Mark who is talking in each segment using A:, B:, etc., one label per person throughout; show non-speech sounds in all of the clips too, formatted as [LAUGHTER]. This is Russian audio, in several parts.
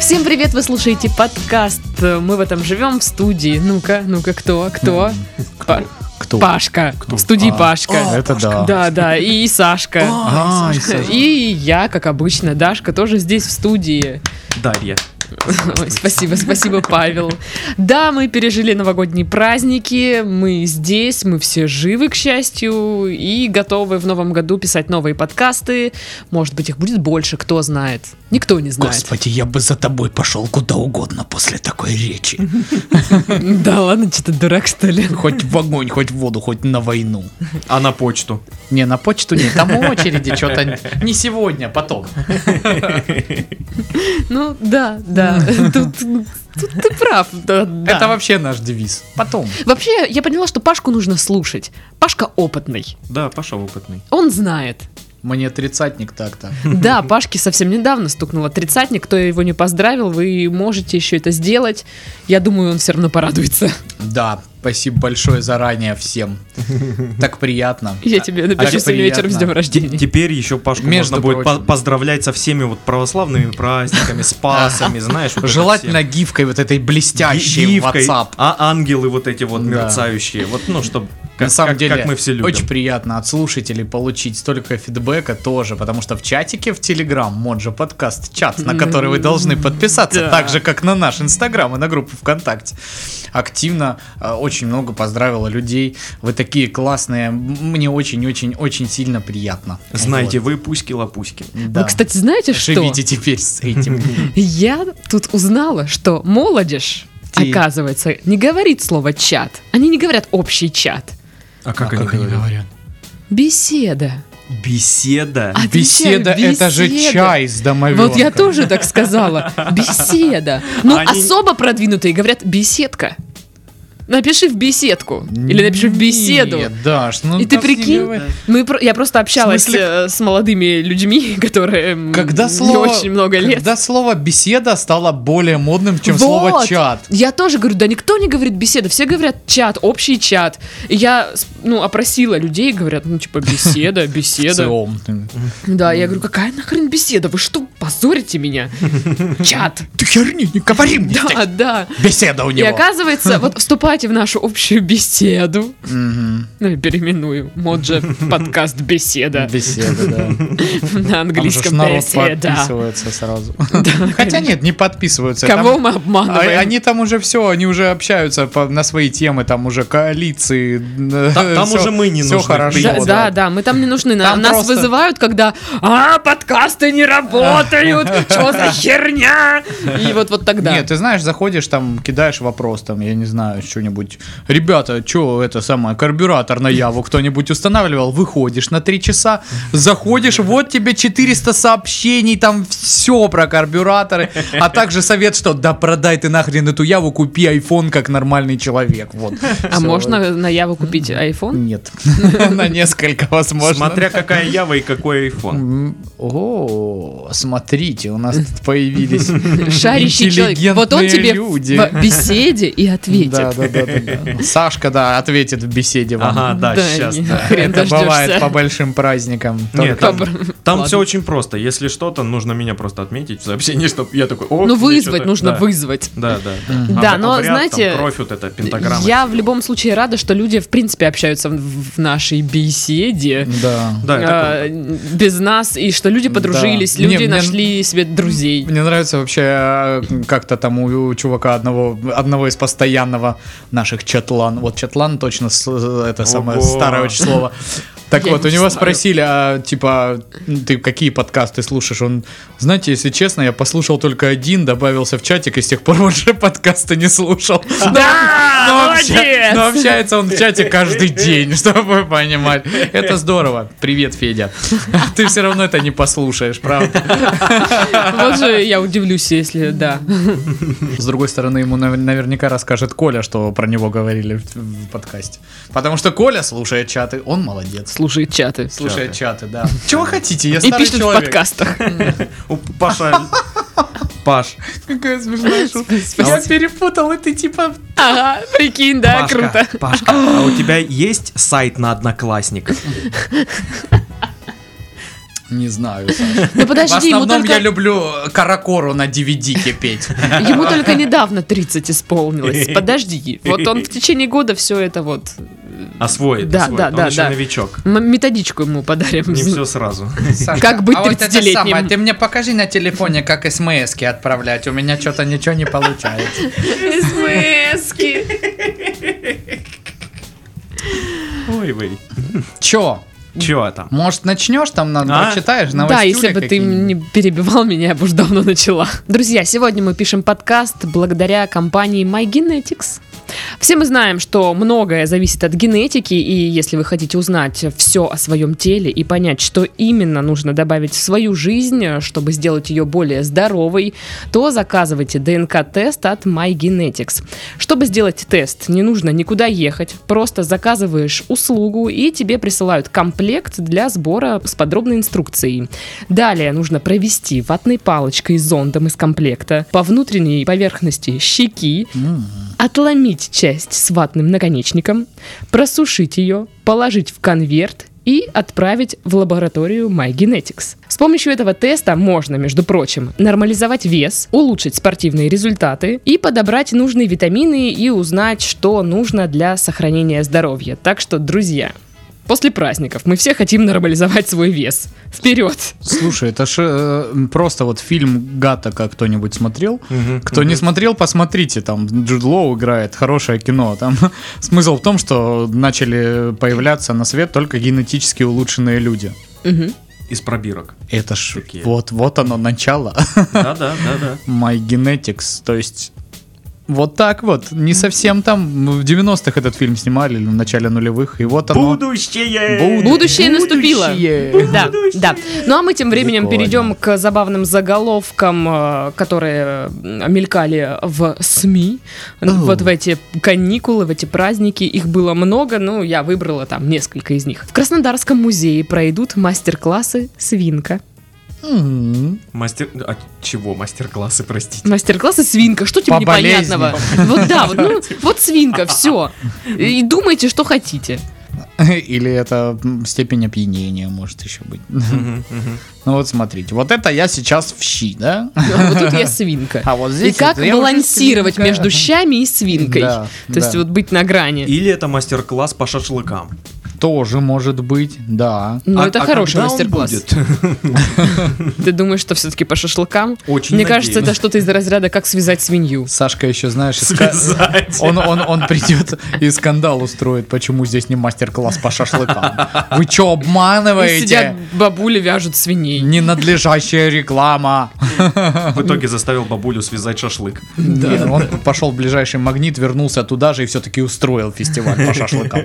A: Всем привет, вы слушаете подкаст. Мы в этом живем в студии. Ну-ка, ну-ка, кто, кто? Па-
B: Кто?
A: Пашка. В студии
B: А.
A: Пашка.
B: Это да.
A: Да, да, и Сашка.
B: А, и Саша.
A: И я, как обычно, Дашка тоже здесь в студии.
C: Дарья.
A: Ой, спасибо, спасибо, Павел. Да, мы пережили новогодние праздники, мы здесь, мы все живы, к счастью, и готовы в новом году писать новые подкасты. Может быть, их будет больше, кто знает. Никто не знает.
B: Господи, я бы за тобой пошел куда угодно после такой речи.
A: Да ладно, что ты дурак, что ли?
B: Хоть в огонь, хоть в воду, хоть на войну.
C: А на почту?
B: Не, на почту нет, там [LAUGHS] очереди что-то. Не сегодня, потом.
A: Ну, да,
B: [LAUGHS]
A: да. Тут, тут ты прав. да, да.
B: Это вообще наш девиз. Потом.
A: Вообще, я поняла, что Пашку нужно слушать. Пашка опытный.
C: Да, Паша опытный.
A: Он
B: [LAUGHS]
A: знает.
B: Мне тридцатник так-то.
A: Да, Пашке совсем недавно стукнуло тридцатник. Кто его не поздравил, вы можете еще это сделать. Я думаю, он все равно порадуется. [LAUGHS]
B: Да, спасибо большое заранее всем. Так приятно.
A: Я тебе напишу
B: очень
A: сегодня вечером с
B: А приятно.
A: днем
C: Т-
A: рождения.
C: Теперь еще Пашку
B: Между
C: можно будет по-
B: прочим.
C: поздравлять со всеми вот православными праздниками, с Пасхами, знаешь. вот это
B: Желательно
C: всем.
B: гифкой вот этой
C: Ги-
B: блестящей в
C: гифкой,
B: WhatsApp.
C: А ангелы вот эти вот
B: Да.
C: мерцающие. Вот, ну, чтобы...
B: На самом деле,
C: как мы все любим.
B: очень приятно от слушателей получить столько фидбэка тоже, потому что в чатике в Телеграм, Моджо подкаст, чат, на который вы должны подписаться,
A: Да.
B: так же, как на наш Инстаграм и на группу ВКонтакте, активно э, очень много поздравило людей. Вы такие классные, М- мне очень-очень-очень сильно приятно.
C: Знаете, вы пуськи-лопуськи.
B: Вот. Да.
A: Вы, кстати, знаете что?
B: живите теперь с
C: [LAUGHS]
B: этим.
A: Я тут узнала, что молодежь,
B: Ти.
A: оказывается, не говорит слово чат. Они не говорят общий чат.
C: А
B: А как они говорят?
A: Беседа.
C: Беседа.
A: А- Отвечаю,
B: Беседа, это же
A: беседа.
B: чай с домовенком.
A: Вот я тоже так сказала. Беседа. Ну,
C: Они-
A: особо продвинутые говорят беседка. Напиши в беседку. Или напиши в беседу.
B: Нет, Даш, ну
A: И ты
B: так не
A: прикинь,
B: говори.
A: Мы, про- я просто общалась
B: В смысле?
A: э, с молодыми людьми, [LAUGHS] которые м,
B: Когда
A: не
B: слово,
A: очень много лет.
B: Когда слово беседа стало более модным, чем слово
A: Вот.
B: чат.
A: Я тоже говорю, да никто не говорит беседа, все говорят чат, общий чат. И я, с- ну, опросила людей, говорят, ну, типа,
B: [LAUGHS]
A: беседа, беседа.
B: ЦИОМ.
A: Да, я говорю, какая нахрен беседа, вы что, позорите
B: [LAUGHS]
A: меня? Чат.
B: Ты херни, не говори мне.
A: Да, да.
B: Беседа у
A: И
B: него.
A: оказывается, вот вступайте в нашу общую беседу.
B: Мгм.
A: Ну, я переименую. Моджа подкаст беседа.
B: Беседа, да. Там
A: На
B: же ж
A: английском
B: народ
A: беседа.
B: подписывается
A: [LAUGHS]
B: сразу. Хотя нет, не подписываются.
A: Кого
B: Там-
A: мы
B: а-
A: обманываем?
B: Они там уже все, они уже общаются по- на свои темы, там уже коалиции.
C: Та- там уже мы не
B: Все
C: нужны,
B: хорошо.
C: в
A: Да,
C: Вот,
A: да, да, мы там не нужны. На-
B: Там
A: Нас
B: просто-
A: вызывают, когда «А, подкасты не
B: [LAUGHS]
A: работают! Что за херня?» И вот вот тогда.
B: Нет, ты знаешь, заходишь, там кидаешь вопрос, там, я не знаю, что-нибудь. Ребята, что это самое, карбюратор на Яву кто-нибудь устанавливал? Выходишь на 3 часа, заходишь, вот тебе 400 сообщений, там все про карбюраторы, а также совет, что да продай ты нахрен эту Яву, купи iPhone как нормальный человек. Вот.
A: А можно на Яву купить iPhone?
B: Нет. [LAUGHS] На несколько, возможно.
C: Смотря какая Ява и какой iPhone.
B: М, О, смотрите, у нас тут появились
A: Шарящий человек. Вот он
B: интеллигентные
A: тебе
B: люди.
A: в беседе и ответит.
B: Да, да, да, да,
A: [LAUGHS]
B: да. Сашка, да, ответит в беседе вам.
C: Ага, да,
A: Да,
C: сейчас.
A: не-
C: да.
A: хрен
B: Это
A: дождешься. Ну,
B: бывает по большим праздникам.
C: Нет,
B: Только-
C: там,
A: Добро. Ладно.
C: все очень просто. Если что-то, нужно меня просто отметить в сообщении, чтобы я такой... «О,
A: Ну,
C: мне
A: вызвать
C: что-то-
A: нужно,
C: да.
A: вызвать.
C: Да, да.
B: Мгм.
C: А
A: Да,
C: в- а
A: но,
C: вариант, там,
A: знаете,
C: Кровь вот эта, пентаграмма.
A: Я в любом случае рада, что люди в принципе общаются в в нашей беседе.
B: Да.
C: Да, это
A: а, без нас, и что люди
B: Да.
A: подружились,
B: Не,
A: люди
B: мне-
A: нашли себе друзей.
B: Мне нравится вообще э, как-то там у, у чувака одного, одного из постоянного наших чатлан. Вот чатлан точно с- э, это самое
C: Ого.
B: старое очень слово. Так
A: Я
B: вот, у
A: не
B: него
A: знаю.
B: спросили, а, типа, ты какие подкасты слушаешь? Он, знаете, если честно, я послушал только один, добавился в чатик, и с тех пор [LAUGHS] больше подкасты
A: [LAUGHS]
B: не слушал. Но,
A: Да,
B: обща- но общается он в чате
A: [LAUGHS]
B: каждый день, чтобы вы понимали. Это здорово. Привет, Федя. А Ты все равно это не послушаешь, правда?
A: Вот же я удивлюсь, если да.
B: С другой стороны, ему нав- наверняка расскажет Коля, что про него говорили в- в подкасте. Потому что Коля слушает чаты, он молодец.
A: Слушает чаты.
B: Слушает чаты, да. Чего хотите, я
A: И
B: старый
A: пишет в
B: человек. Ну,
A: подкастах.
C: У Паша... Паш,
B: [LAUGHS] Какая
A: [LAUGHS]
B: смешная шутка.
A: Спасибо.
B: Я перепутал, и ты типа...
A: Ага, прикинь, [LAUGHS] да,
C: Пашка,
A: круто.
C: Пашка, а у тебя есть сайт на Одноклассник?
B: Не знаю, Саша.
A: Ну подожди,
B: В
A: ему
B: основном я
A: только,
B: люблю каракору на DVD петь.
A: ему только недавно 30
B: [LAUGHS]
A: исполнилось. Подожди. Вот он в течение года все это вот...
C: Освоит,
A: Да,
C: освоит.
A: да,
C: Он
A: да,
C: еще
A: да.
C: новичок.
A: м- Методичку ему подарим.
C: Не все сразу. [LAUGHS]
B: Сашка,
A: Как быть
B: а вот это
A: 30-летним?
B: самое, ты мне покажи на телефоне, как смс-ки отправлять. У меня что-то ничего не [LAUGHS] получается.
A: СМСки.
C: Ой, вы.
B: Чё?
C: Чего там?
B: Может, начнешь там, на-
C: А?
B: прочитаешь новости?
A: Да, если бы ты не перебивал меня, я бы уже давно начала. Друзья, сегодня мы пишем подкаст благодаря компании MyGenetics. Все мы знаем, что многое зависит от генетики, и если вы хотите узнать все о своем теле и понять, что именно нужно добавить в свою жизнь, чтобы сделать ее более здоровой, то заказывайте ДНК-тест от MyGenetics. Чтобы сделать тест, не нужно никуда ехать, просто заказываешь услугу, и тебе присылают комплект для сбора с подробной инструкцией. Далее нужно провести ватной палочкой и зондом из комплекта по внутренней поверхности щеки, отломить часть с ватным наконечником, просушить ее, положить в конверт и отправить в лабораторию MyGenetics. С помощью этого теста можно, между прочим, нормализовать вес, улучшить спортивные результаты и подобрать нужные витамины и узнать, что нужно для сохранения здоровья. Так что, друзья, после праздников мы все хотим нормализовать свой вес. Вперед!
B: Слушай, это ж э, просто вот фильм Гатака кто-нибудь смотрел? Кто не смотрел, посмотрите, там Джуд Лоу играет, хорошее кино. Там [LAUGHS] смысл в том, что начали появляться на свет только генетически улучшенные люди.
A: Мгм.
C: Из [LAUGHS] пробирок.
B: Это ж
C: Такие.
B: вот, вот оно начало.
C: Да, да, да, да.
B: My Genetics, то есть вот так вот, не совсем там, ну, в 90-х этот фильм снимали, или в начале нулевых, и вот оно.
C: Будущее!
A: Будущее наступило.
B: Будущее.
A: Да, да. Ну а мы тем временем
B: Прикольно.
A: перейдем к забавным заголовкам, э, которые м, мелькали в СМИ. Ну,
B: Оу.
A: Вот в эти каникулы, в эти праздники. Их было много, ну я выбрала там несколько из них. В Краснодарском музее пройдут мастер-классы «Свинка».
B: М,
C: Мастер... А чего мастер-классы, простите?
A: Мастер-классы «Свинка». Что тебе
B: По болезни.
A: непонятного? Вот да, вот,
B: [LAUGHS]
A: ну, вот «Свинка», все. И думайте, что хотите.
B: Или это м, степень опьянения может еще быть. Ну
C: Мгм, мгм.
B: вот смотрите, вот это я сейчас в щи, да?
A: Вот тут я «Свинка».
B: А вот
A: И
B: здесь
A: как
B: вот я уже
A: балансировать
B: слегка-
A: между щами и свинкой?
B: Да,
A: То есть
B: да.
A: вот быть на грани.
C: Или это мастер-класс по шашлыкам.
B: Тоже может быть, да.
A: Ну,
C: А-
A: это
C: а
A: хороший
C: когда он
A: мастер-класс.
C: будет?
A: [LAUGHS]
C: [LAUGHS]
A: Ты думаешь, что все-таки по шашлыкам?
C: Очень
A: Мне
C: надеюсь.
A: кажется, это что-то из разряда «Как связать свинью».
B: Сашка еще, знаешь, иска-
C: Связать.
B: Он, он, он придет и скандал устроит, почему здесь не мастер-класс по шашлыкам. Вы что,
A: И сидят
B: обманываете?
A: бабули, вяжут свиней.
B: Ненадлежащая реклама.
C: В итоге заставил бабулю связать шашлык.
B: Нет, Он пошел в ближайший магнит, вернулся туда же и все-таки устроил фестиваль по шашлыкам.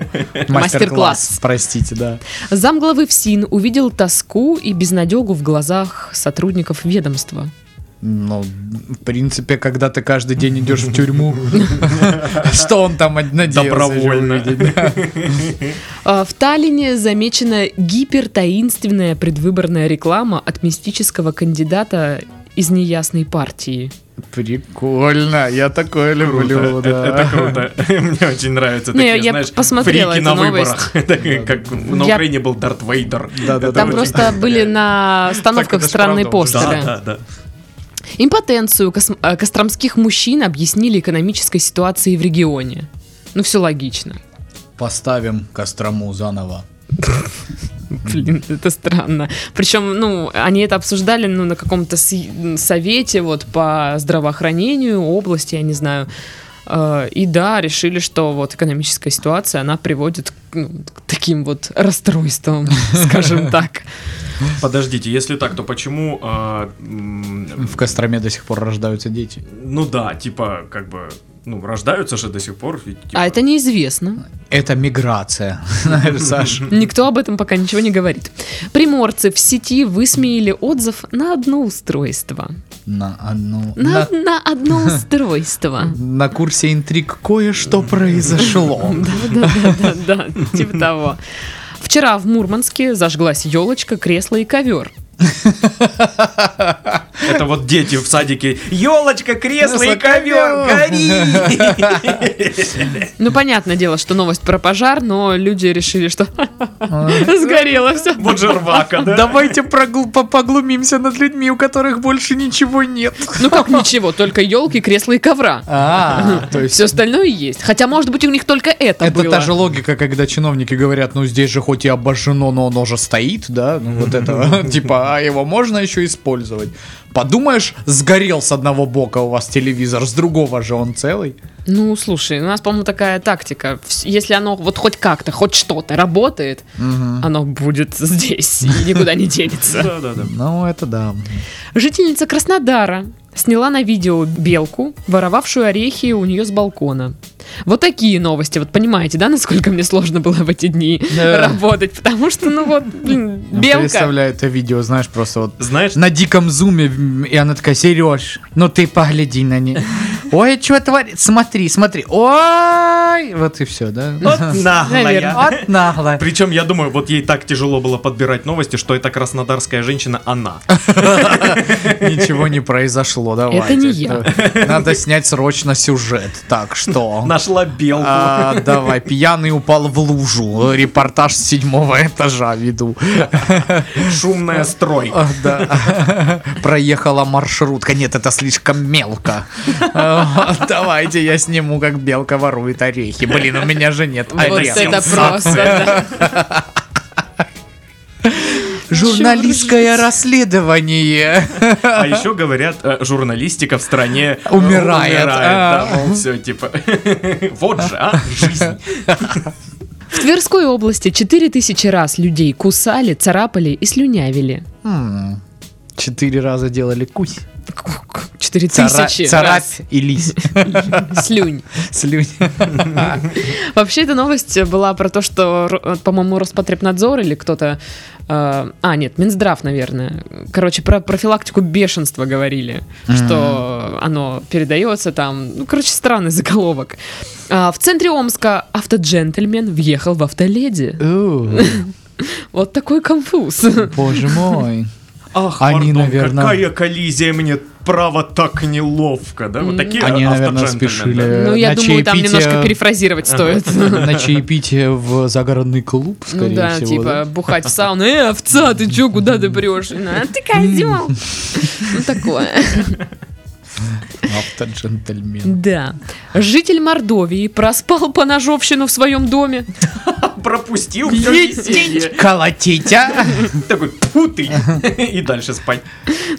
A: Мастер-класс.
B: Простите, да.
A: Замглавы ФСИН увидел тоску и безнадегу в глазах сотрудников ведомства.
B: Ну, в принципе, когда ты каждый день идешь в
C: [LAUGHS]
B: тюрьму, что он там надеялся? же
C: Добровольно.
B: увидеть, да?
A: А, В Таллине замечена гипертаинственная предвыборная реклама от мистического кандидата из неясной партии.
B: Прикольно, я такое люблю,
C: Круто. Э,
B: да.
C: Это круто. [LAUGHS] Мне очень нравятся
A: Не,
C: такие,
A: я
C: знаешь,
A: посмотрела
C: фрики
A: эту
C: на
A: новость.
C: выборах. [LAUGHS] Так, Как на
A: Я-
C: Украине был Дарт Вейдер.
B: Да-да-да.
A: Там
B: очень
C: [LAUGHS]
A: просто были на остановках
B: это ж
A: странные
B: правда уже.
A: постеры.
C: Да, да, да.
A: Импотенцию кос- э, костромских мужчин объяснили экономической ситуацией в регионе. Ну, все логично.
B: Поставим Кострому заново.
A: Блин, это странно. Причем, ну, они это обсуждали ну, на каком-то с- совете вот по здравоохранению области, я не знаю. Э, И да, решили, что вот экономическая ситуация, она приводит к, ну, к таким вот расстройствам, скажем так.
C: Подождите, если так, то почему... а, м,
B: В Костроме до сих пор рождаются дети.
C: Ну да, типа, как бы... Ну, рождаются же до сих пор. и, типа,
A: А это неизвестно.
B: Это миграция, [LAUGHS] знаешь, Саш.
A: Никто об этом пока ничего не говорит. Приморцы в сети высмеяли отзыв на одно устройство.
B: На одну...
A: На,
B: На,
A: на
B: [LAUGHS]
A: одно устройство.
B: на курсе интриг кое-что произошло.
A: Да-да-да, типа того. Вчера в Мурманске зажглась елочка, кресло и ковер.
C: Это вот дети в садике. Елочка, кресло и
B: Кресло,
C: ковер, [LAUGHS] гори!
A: Ну, понятное дело, что новость про пожар, но люди решили, что [LAUGHS] сгорело все.
C: Вот же рвака, да?
B: Давайте прогл- по- поглумимся над людьми, у которых больше ничего нет.
A: Ну как ничего, только елки, кресла и ковра.
B: А, то
A: Все остальное есть. Хотя, может быть, у них только это,
B: Это
A: было.
B: та же логика, когда чиновники говорят, ну здесь же хоть и обожжено, но оно же стоит, да, ну вот это, [LAUGHS] типа, а его можно еще использовать. Подумаешь, сгорел с одного бока у вас телевизор, с другого же он целый.
A: Ну, слушай, у нас, по-моему, такая тактика. Вс- Если оно вот хоть как-то, хоть что-то работает, оно будет здесь и никуда не денется.
C: Да, да, да.
B: Ну, это да.
A: Жительница Краснодара сняла на видео белку, воровавшую орехи у нее с балкона. Вот такие новости. Вот понимаете, да, насколько мне сложно было в эти дни
B: Да.
A: работать? Потому что, ну вот, блин,
B: Ну,
A: белка.
B: Представляю это видео, знаешь, просто вот
C: Знаешь,
B: на диком зуме, м, и она такая, Сереж, ну ты погляди на ней. [LAUGHS] Ой, что творит? Смотри, смотри. Ой! Вот и все, да?
C: вот наглая.
A: Наверное.
B: Вот наглая.
C: Причем, я думаю, вот ей так тяжело было подбирать новости, что эта краснодарская женщина она.
B: Ничего не произошло, давайте.
A: не я.
B: Надо снять срочно сюжет. Так что...
C: Нашла белку.
B: А, давай, пьяный упал в лужу. Репортаж с седьмого этажа веду.
C: Шумная строй.
B: А, да. Проехала маршрутка. Нет, это слишком мелко. А, Давайте я сниму, как белка ворует орехи. Блин, у меня же нет
A: Вот
C: Орехи.
A: это
B: орехов.
A: просто, да.
B: Журналистское расследование.
C: А еще говорят, э, журналистика в стране э,
B: Умирает.
C: умирает,
B: А.
C: да, все типа. [LAUGHS] Вот же, а, жизнь.
A: В Тверской области 4000 раз людей кусали, царапали и слюнявили.
B: М, Хм. Четыре раза делали кусь.
A: Четыре
B: Цара-
A: тысячи раз
B: Царапь и лись.
A: слюнь. [LAUGHS]
B: Слюнь.
A: Вообще, эта новость была про то, что, ро- по-моему, Роспотребнадзор или кто-то... э, А, нет, Минздрав, наверное. Короче, про профилактику бешенства говорили, что оно передается там. Ну, короче, странный заголовок. А, В центре Омска автоджентльмен въехал в автоледи.
B: Ух,
A: Вот такой конфуз.
B: Э, Боже мой.
C: Ах,
B: Они,
C: пардон,
B: наверно-
C: какая коллизия, мне право так неловко, да? Вот такие
B: Они, наверное,
C: автоджентльмены,
B: спешили.
A: Ну, я
B: на
A: думаю, там
B: чаепитие-
A: немножко перефразировать стоит.
B: На чаепитие в загородный клуб, скорее
A: Ну да,
B: всего.
A: типа
B: да?
A: бухать в сауну. Э, овца, ты чё, куда ты прешь? А ты
B: [LAUGHS]
A: козел. Ну такое.
B: Автоджентльмен.
A: Да. Житель Мордовии проспал по ножовщину в своем доме.
C: да. А, Пропустил всё веселье.
B: Колотить, а?
C: Такой, пфу ты, [LAUGHS] и дальше спать.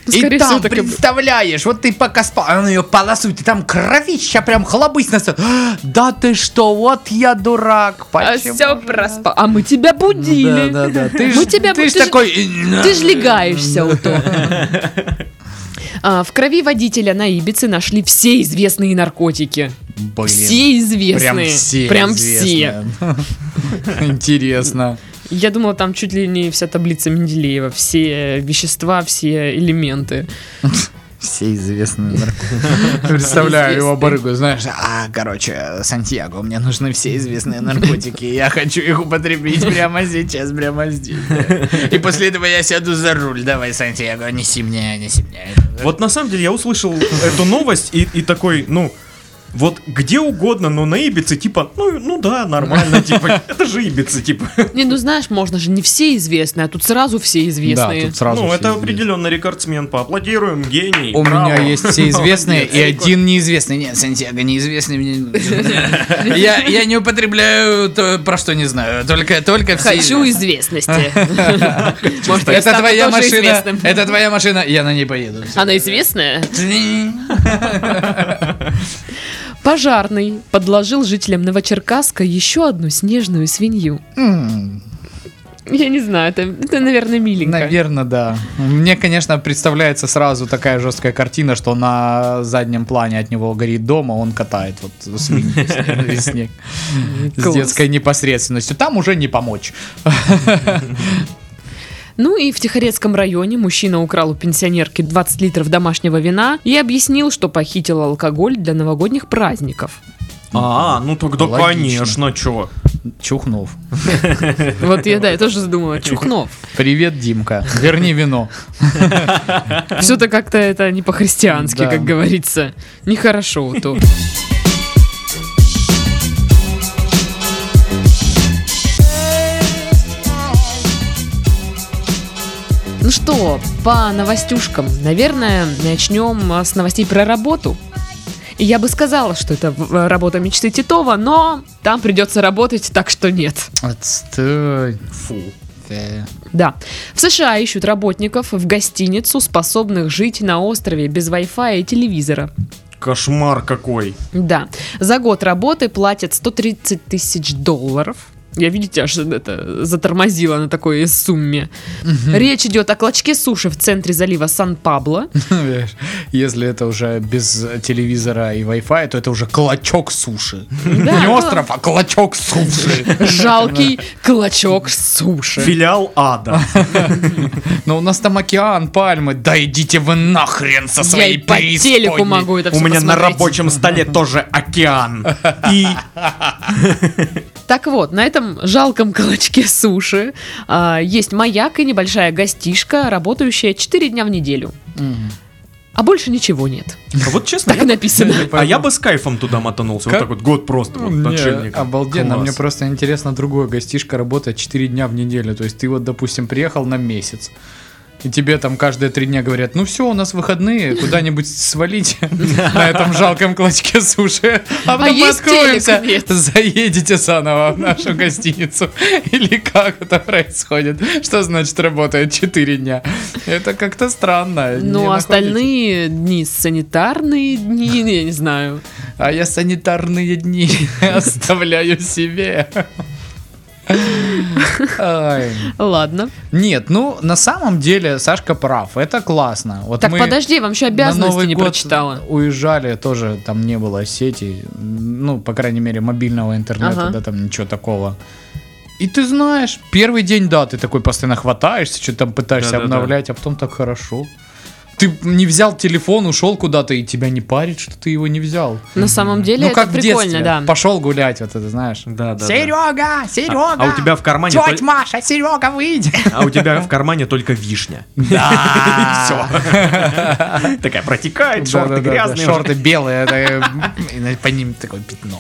A: Ну,
B: И
A: Скорее всего,
B: там,
A: так и...
B: представляешь, вот ты пока спал, а она ее полосует, и там кровища прям хлобысь на стол. Да ты что, вот я дурак. почему
A: все
B: же?
A: проспал. А мы тебя будили.
B: Да, да, да. Ты
A: Мы
B: ж,
A: тебя
B: ты
A: бу-
B: ж
A: ты ж-
B: такой...
A: Ты ж легаешься
B: [LAUGHS]
A: удобно. А, В крови водителя на Ибице нашли все известные наркотики.
B: Блин,
A: все известные.
B: прям все.
A: Прям все.
B: известные. [LAUGHS] Интересно.
A: Я думала, там чуть ли не вся таблица Менделеева. Все вещества, все элементы.
B: Все известные наркотики. [LAUGHS] Представляю его
A: Известные.
B: барыгу, знаешь, а, короче, Сантьяго, мне нужны все известные наркотики, я хочу их употребить прямо сейчас, прямо здесь. И после этого я сяду за руль, давай, Сантьяго, неси мне, неси мне.
C: Вот на самом деле я услышал эту новость и, и такой, ну, вот где угодно, но на Ибице, типа, ну, ну да, нормально, типа, это же Ибица, типа.
A: Не, ну знаешь, можно же не все известные, а тут сразу все известные.
B: сразу
C: ну, это определенно рекордсмен, поаплодируем, гений.
B: У
C: браво.
B: меня есть все известные и
C: Молодец.
B: один неизвестный. Нет, Сантьяго, неизвестный мне не нужен.
A: [LAUGHS]
B: Я, я не употребляю то, про что не знаю. Только, только все
A: Хочу
B: [LAUGHS]
A: известности. Может, я
B: Это
A: стану
B: твоя
A: тоже
B: машина.
A: известным.
B: Это твоя машина. Я на
A: [LAUGHS]
B: ней поеду.
A: Она известная?
B: Всё.
A: Пожарный подложил жителям Новочеркасска еще одну снежную свинью.
B: М,
A: Я не знаю, это, это, наверное, миленько.
B: Наверное, да. Мне, конечно, представляется сразу такая жесткая картина, что на заднем плане от него горит дом, а он катает вот свинью
A: [LAUGHS]
B: через снег. С
A: Класс.
B: детской непосредственностью. Там уже не помочь.
A: Ну и в Тихорецком районе мужчина украл у пенсионерки 20 литров домашнего вина и объяснил, что
B: [LAUGHS]
A: похитил алкоголь для новогодних праздников.
C: А, ну тогда
B: Логично.
C: конечно, чё.
B: Чухнув.
A: Вот я, да, я тоже задумала. Чухнов.
B: Привет, Димка. Верни вино.
A: Все-то как-то это не по-христиански,
B: Да.
A: как говорится. Нехорошо вот то. Ну что, по новостюшкам, наверное, начнем а, с новостей про работу. И я бы сказала, что это в- э, работа мечты Титова, но там придется работать, так что нет.
B: Отстой.
C: Фу.
B: Э.
A: Да. В США ищут работников в гостиницу, способных жить на острове без Wi-Fi и телевизора.
C: Кошмар какой.
A: Да. За год работы платят 130 тысяч долларов. Я, видите, аж это затормозила на такой сумме. Речь идет о клочке суши в центре залива Сан-Пабло.
B: Понимаешь, Если это уже без телевизора и Wi-Fi, то это уже клочок суши.
A: Да. ну,
B: Не остров, а клочок суши.
A: Жалкий клочок суши.
C: Филиал ада.
B: Но у нас там океан, пальмы. Да идите вы нахрен
A: Я
B: со
A: и
B: своей
A: по телеку
B: преисподней.
A: могу это все
C: У меня на рабочем столе тоже океан. И
A: Так вот, на этом жалком клочке [LAUGHS] суши а, есть маяк и небольшая гостишка, работающая 4 дня в неделю.
B: Мгм. Ну,
A: А больше ничего нет.
C: вот честно,
A: Так
C: я бы-
A: написано. [LAUGHS]
C: а я бы с кайфом туда мотанулся. Вот
B: Как?
C: так вот год просто. Ну, вот,
B: Мне
C: отшельником.
B: обалденно,
C: Класс.
B: мне просто интересно другое. Гостишка работает 4 дня в неделю. То есть ты вот, допустим, приехал на месяц. И тебе там каждые три дня говорят, ну все, у нас выходные, куда-нибудь свалите [LAUGHS] на этом жалком клочке суши. А потом мы
A: есть телек?
B: откроемся,
A: Нет.
B: заедете заново
A: [LAUGHS]
B: в нашу гостиницу. Или как это происходит? Что значит работает 4 дня? Это как-то странно. не
A: Ну,
B: находите?
A: остальные дни санитарные дни, [LAUGHS] я не знаю.
B: А я санитарные дни [LAUGHS] оставляю себе. Ай.
A: Ладно.
B: Нет, ну на самом деле Сашка прав, это классно. Вот
A: Так
B: мы
A: подожди, я вам еще
B: на
A: обязанности
B: Новый
A: не
B: год
A: прочитала.
B: Уезжали тоже, там не было сети, ну по крайней мере мобильного интернета,
A: Ага.
B: да там ничего такого. И ты знаешь, первый день, да, ты такой постоянно хватаешься, что-то там пытаешься
C: Да-да-да.
B: обновлять, а потом так хорошо. Ты не взял телефон, ушел куда-то, и тебя не парит, что ты его не взял.
A: На самом деле
B: Ну,
A: это
B: как в
A: прикольно,
B: детстве.
A: да.
B: Пошел гулять, вот это знаешь.
C: Да, да, да.
B: Серега, Серега!
C: А у тебя в кармане
B: Тетя
C: толь-
B: Маша, Серега,
C: [LAUGHS]
B: выйди!
C: А у тебя в кармане только вишня. [LAUGHS]
B: Да!
C: Такая протекает, шорты
B: Да-да-да-да,
C: грязные.
B: Шорты белые, это, э, и на- по ним такое пятно.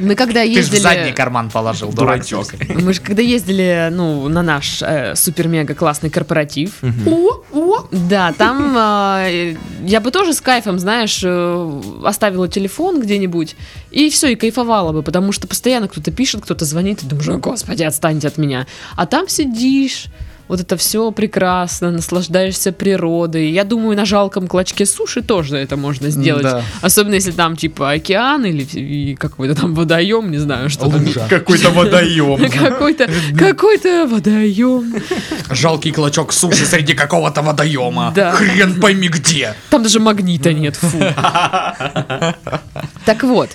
A: Мы когда
B: Ты же в задний
A: ездили...
B: карман положил,
C: Дурачок.
B: дурачок.
A: [LAUGHS] Мы же когда ездили, ну, на наш э, супер-мега-классный корпоратив. О, о. Да, там э, я бы тоже с кайфом, знаешь, э, оставила телефон где-нибудь, и все, и кайфовала бы, потому что постоянно кто-то пишет, кто-то звонит, и думаешь, «О, господи, отстаньте от меня. А там сидишь, вот это все прекрасно, наслаждаешься природой. Я думаю, на жалком клочке суши тоже это можно сделать.
B: Да.
A: Особенно если там типа океан или и какой-то там водоем, не знаю, что там
B: Лужа.
C: Какой-то водоем.
A: [LAUGHS] какой-то, какой-то водоем.
B: Жалкий клочок суши среди какого-то водоема.
A: Да.
B: Хрен пойми где.
A: Там даже магнита нет,
B: [LAUGHS]
A: фу. Так вот,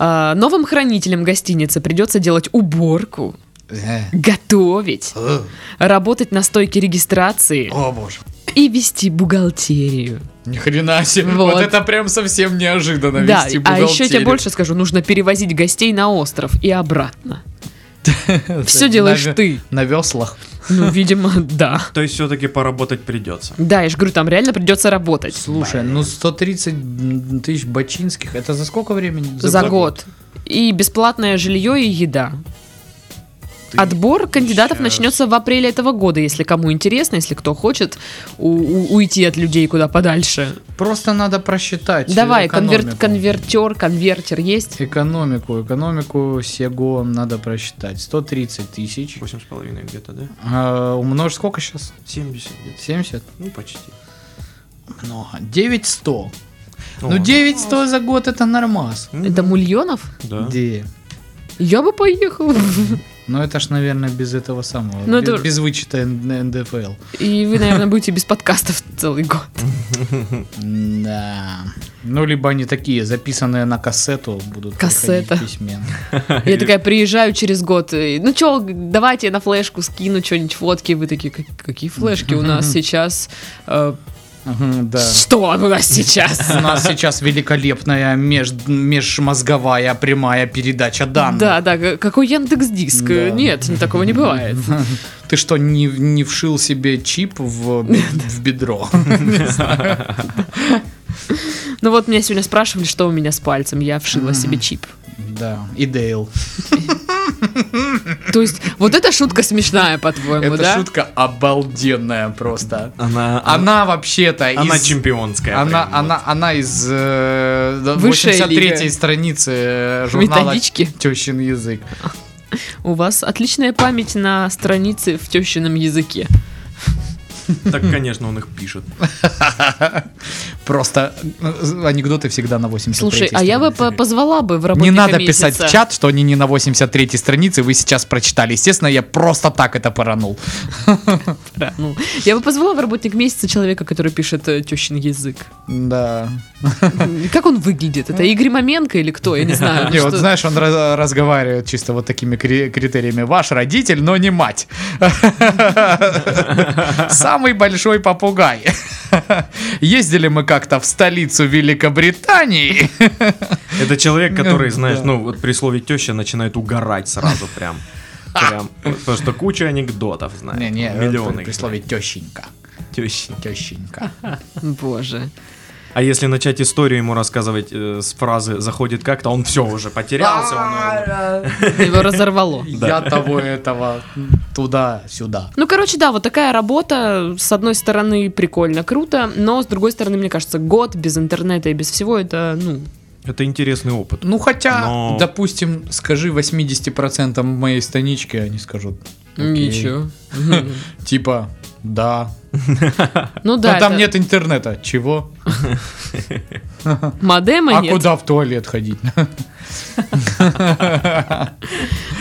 A: а, новым хранителям гостиницы придется делать уборку,
B: Э,
A: готовить,
B: э,
A: работать на стойке регистрации
B: О боже.
A: и вести бухгалтерию.
B: Ни хрена себе.
A: Вот.
B: Вот это прям совсем неожиданно
A: Да,
B: вести
A: а еще я тебе
B: бухгалтерию.
A: больше скажу, нужно перевозить гостей на остров и обратно. Все
B: На
A: делаешь
B: ве-
A: ты.
B: На веслах.
A: Ну, видимо, [LAUGHS] да.
C: То есть все-таки поработать придется.
A: Да, я же говорю, там реально придется работать.
B: Слушай, ну 130 тысяч бочинских, это за сколько времени?
A: за, год. И бесплатное жилье и еда.
B: Ты
A: Отбор кандидатов
B: щас.
A: начнется в апреле этого года, если кому интересно, если кто хочет у- у- уйти от людей куда подальше.
B: Просто надо просчитать.
A: Давай, конверт,
B: экономику.
A: конвертер, конвертер есть?
B: Экономику, экономику сего надо просчитать. 130 тысяч.
C: Восемь с половиной где-то, да?
B: А, умножь сколько сейчас?
C: 70 где-то.
B: 70?
C: Ну, почти.
B: Много. 9100. Ну
C: ладно.
A: ну.
B: 9100 за год это нормас.
C: Мгм.
A: Это мульонов?
C: Да.
B: Где?
A: Я бы поехал.
B: Ну это ж, наверное, без этого самого.
A: Ну,
B: без,
A: это-
B: без вычета Н- НДФЛ.
A: И вы, наверное, будете без подкастов целый год.
B: Да. Ну, либо они такие, записанные на кассету будут.
A: Кассета.
B: приходить письменно.
A: Я такая приезжаю через год. и, Ну чё, давайте
B: [LAUGHS]
A: я на флешку скину что-нибудь фотки. Вы такие, «Как- какие флешки у нас сейчас? э,
B: Мгм,
A: [LAUGHS]
B: Да.
A: Что у нас сейчас?
B: У нас сейчас великолепная меж- межмозговая прямая передача данных.
A: Да, да, к- какой Яндекс Диск?
B: Да.
A: Нет, такого не бывает.
B: [LAUGHS] Ты что, не, не вшил себе чип
A: [LAUGHS]
B: в, в бедро?
A: Ну вот меня сегодня спрашивали, что у меня с пальцем. Я вшила себе чип.
B: Да, и Дейл.
A: То есть, вот эта шутка смешная, по-твоему,
B: Эта
A: А да?
B: шутка обалденная просто.
C: Она,
B: Она вообще-то
C: она
B: из...
C: чемпионская.
B: Она,
C: прям,
B: она, она из э, да,
A: Высшая
B: 83-й
A: лига.
B: страницы э, журнала
A: Методички.
B: Тещин язык.
A: У вас отличная память на странице в тещином языке.
C: вот. Так, конечно, он их пишет.
B: Просто э, анекдоты всегда на 83-й
A: Слушай, а я бы по-
B: странице.
A: позвала бы в
B: Не
A: работника
B: надо писать в
A: месяца.
B: чат, что они не на 83-й странице, вы сейчас прочитали. Естественно, я просто так это поранул.
A: Да, ну, я бы позвала в работник месяца человека, который пишет э, тещин
B: [LAUGHS]
A: язык.
B: Да.
A: Как он выглядит? Это Игорь Маменко или кто? Я не
C: А,
A: знаю.
B: Ну,
A: ну
B: Не, вот
A: Что-
B: знаешь, он раз- разговаривает чисто вот такими кри- критериями. Ваш родитель, но не мать.
C: [LAUGHS]
B: Самый большой попугай. Ездили мы как-то в столицу Великобритании.
C: Это человек, который, знаешь,
B: Да.
C: ну вот при слове теща начинает угорать сразу прям.
B: [LAUGHS]
C: Прям. Потому что куча анекдотов, знаешь.
B: Не-не,
C: миллионы.
B: при- при слове тещенька.
C: теща.
B: Тещенька.
A: Боже.
C: А если начать историю ему рассказывать э, с фразы «заходит как-то», он все уже потерялся.
A: А.
C: он- э,
A: Его разорвало.
B: Я того этого туда-сюда.
A: Ну, короче, да, вот такая работа, с одной стороны, прикольно, круто, но с другой стороны, мне кажется, год без интернета и без всего это, ну,
C: Это интересный опыт.
B: Ну хотя,
C: Но-
B: допустим, скажи 80% моей станички, они скажут. «Окей». [LAUGHS]
A: ничего. Ну Мгм.
B: Типа, да.
A: Ну
B: Но
A: да,
B: там
A: это
B: нет интернета. Чего?
A: модема
B: а
A: нет.
B: куда в туалет ходить?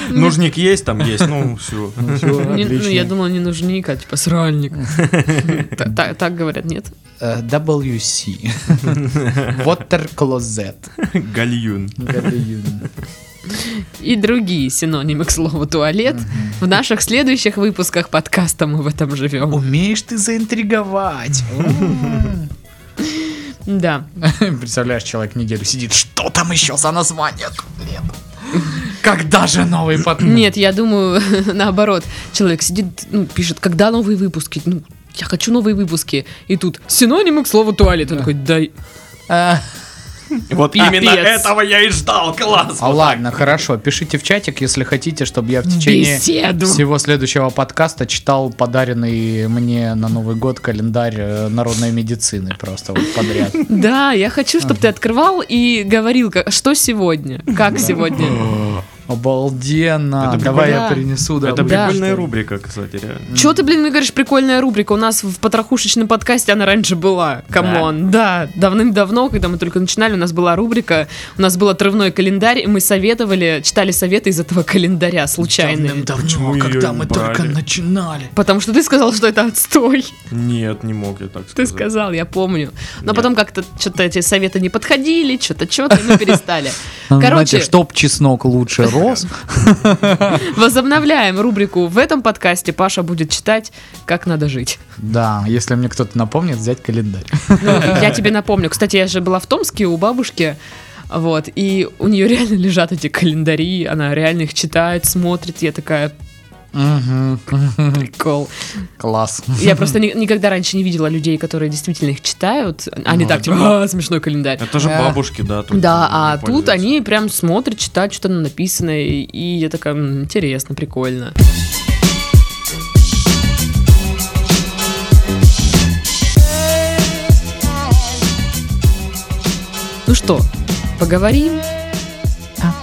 C: Нужник есть, там есть,
A: [LAUGHS]
C: ну все.
A: Не- ну, я думала, не нужник, а типа
B: [LAUGHS]
A: сральник. Та- та- Так говорят, нет?
B: Э, WC. Water closet.
C: [LAUGHS] Гальюн.
A: И другие синонимы к слову туалет в наших следующих выпусках подкаста «Мы в этом живем».
B: Умеешь ты заинтриговать. М.
A: Да.
B: [LAUGHS] Представляешь, человек неделю сидит. Что там еще за название? Блин. Когда же новый
A: [LAUGHS]
B: под...
A: Нет, я думаю, наоборот, человек сидит, ну, пишет, когда новые выпуски? Ну, я хочу новые выпуски. И тут синонимы к слову туалет. Он такой, да,
B: А,
C: Вот
A: Пипец.
C: именно этого я и ждал, класс.
B: А ладно, хорошо. Пишите в чатик, если хотите, чтобы я в течение
A: беседу.
B: всего следующего подкаста читал подаренный мне на Новый год календарь э, народной медицины просто вот подряд.
A: [LAUGHS] Да, я хочу, чтобы ты открывал и говорил, как- что сегодня, как сегодня.
B: Обалденно.
C: Это
B: Давай
A: прикольно.
B: я принесу. да,
A: Да.
C: Это прикольная рубрика, кстати, реально.
A: Чего ты, блин, мне говоришь, прикольная рубрика? У нас в потрохушечном подкасте она раньше была. Камон. Да, давным-давно, когда мы только начинали, у нас была рубрика, у нас был отрывной календарь, и мы советовали, читали советы из этого календаря случайные.
C: Почему
B: Давным-давно, Ну,
C: её
B: а когда
C: не
B: мы
C: брали?
B: только начинали.
A: Потому что ты сказал, что это отстой.
C: Нет, не мог я так
A: Ты
C: сказать.
A: сказал, я помню. Но
C: Нет.
A: потом как-то что-то эти советы не подходили, что-то что-то, и мы
B: [LAUGHS]
A: перестали. Короче,
B: Ну, Знаете, чтоб чеснок лучше рос.
A: возобновляем рубрику. В этом подкасте Паша будет читать, как надо
B: [LAUGHS]
A: жить.
B: Да, если мне кто-то напомнит, взять календарь.
A: Ну, я тебе напомню. Кстати, я же была в Томске у бабушки. Вот, и у нее реально лежат эти календари, она реально их читает, смотрит, я такая,
B: Мгм.
A: прикол.
B: Класс.
A: Я
B: [LAUGHS]
A: просто ни- никогда раньше не видела людей, которые действительно их читают, они
B: Ну,
A: так
B: это
A: типа, «А, смешной календарь.
C: Это же
B: Да.
C: бабушки, да. тут
A: Да,
C: не
A: а тут
C: пользуются.
A: они прям смотрят, читают, что там написано, и- и я такая, «М, интересно, прикольно. Ну что, поговорим А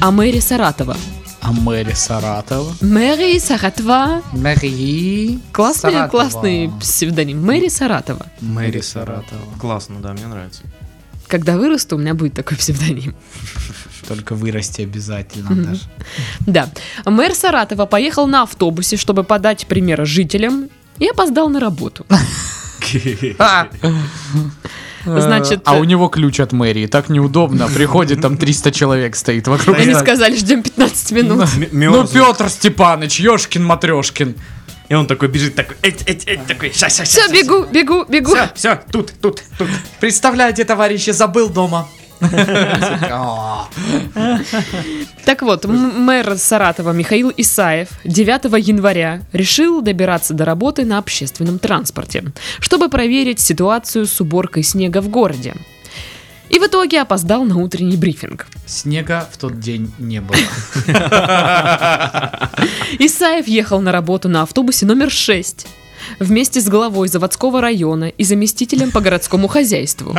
A: о мэре Саратова.
B: А Мэри Саратова.
A: Мэри Саратова.
B: Мэри
A: Классный,
B: Саратова.
A: классный псевдоним. Мэри Саратова.
B: Мэри Саратова.
C: Классно, да, мне нравится. [LAUGHS]
A: Когда вырасту, у меня будет такой псевдоним.
B: Только вырасти обязательно
A: Мгм.
B: даже.
A: Да. Мэр Саратова поехал на автобусе, чтобы подать пример жителям, и опоздал на работу. Значит,
B: а
A: э,
B: у него ключ от мэрии, так неудобно. Приходит, там 300 человек стоит вокруг.
A: Они сказали, ждем 15 минут.
C: М-
B: Ну,
C: мёрзну.
B: Петр Степаныч, Ёшкин Матрешкин.
C: И он такой бежит, такой, эть, эть, эть, такой, ща, ща, ща.
A: Все, бегу, бегу, бегу.
C: Все, все, тут, тут,
A: [LAUGHS]
C: тут.
B: Представляете, товарищи, забыл дома.
A: Так вот, м- мэр Саратова Михаил Исаев 9 января решил добираться до работы на общественном транспорте, чтобы проверить ситуацию с уборкой снега в городе. И в итоге опоздал на утренний брифинг.
B: Снега в тот день не было.
A: Исаев ехал на работу на автобусе номер 6 вместе с главой заводского района и заместителем по городскому
B: [LAUGHS]
A: хозяйству.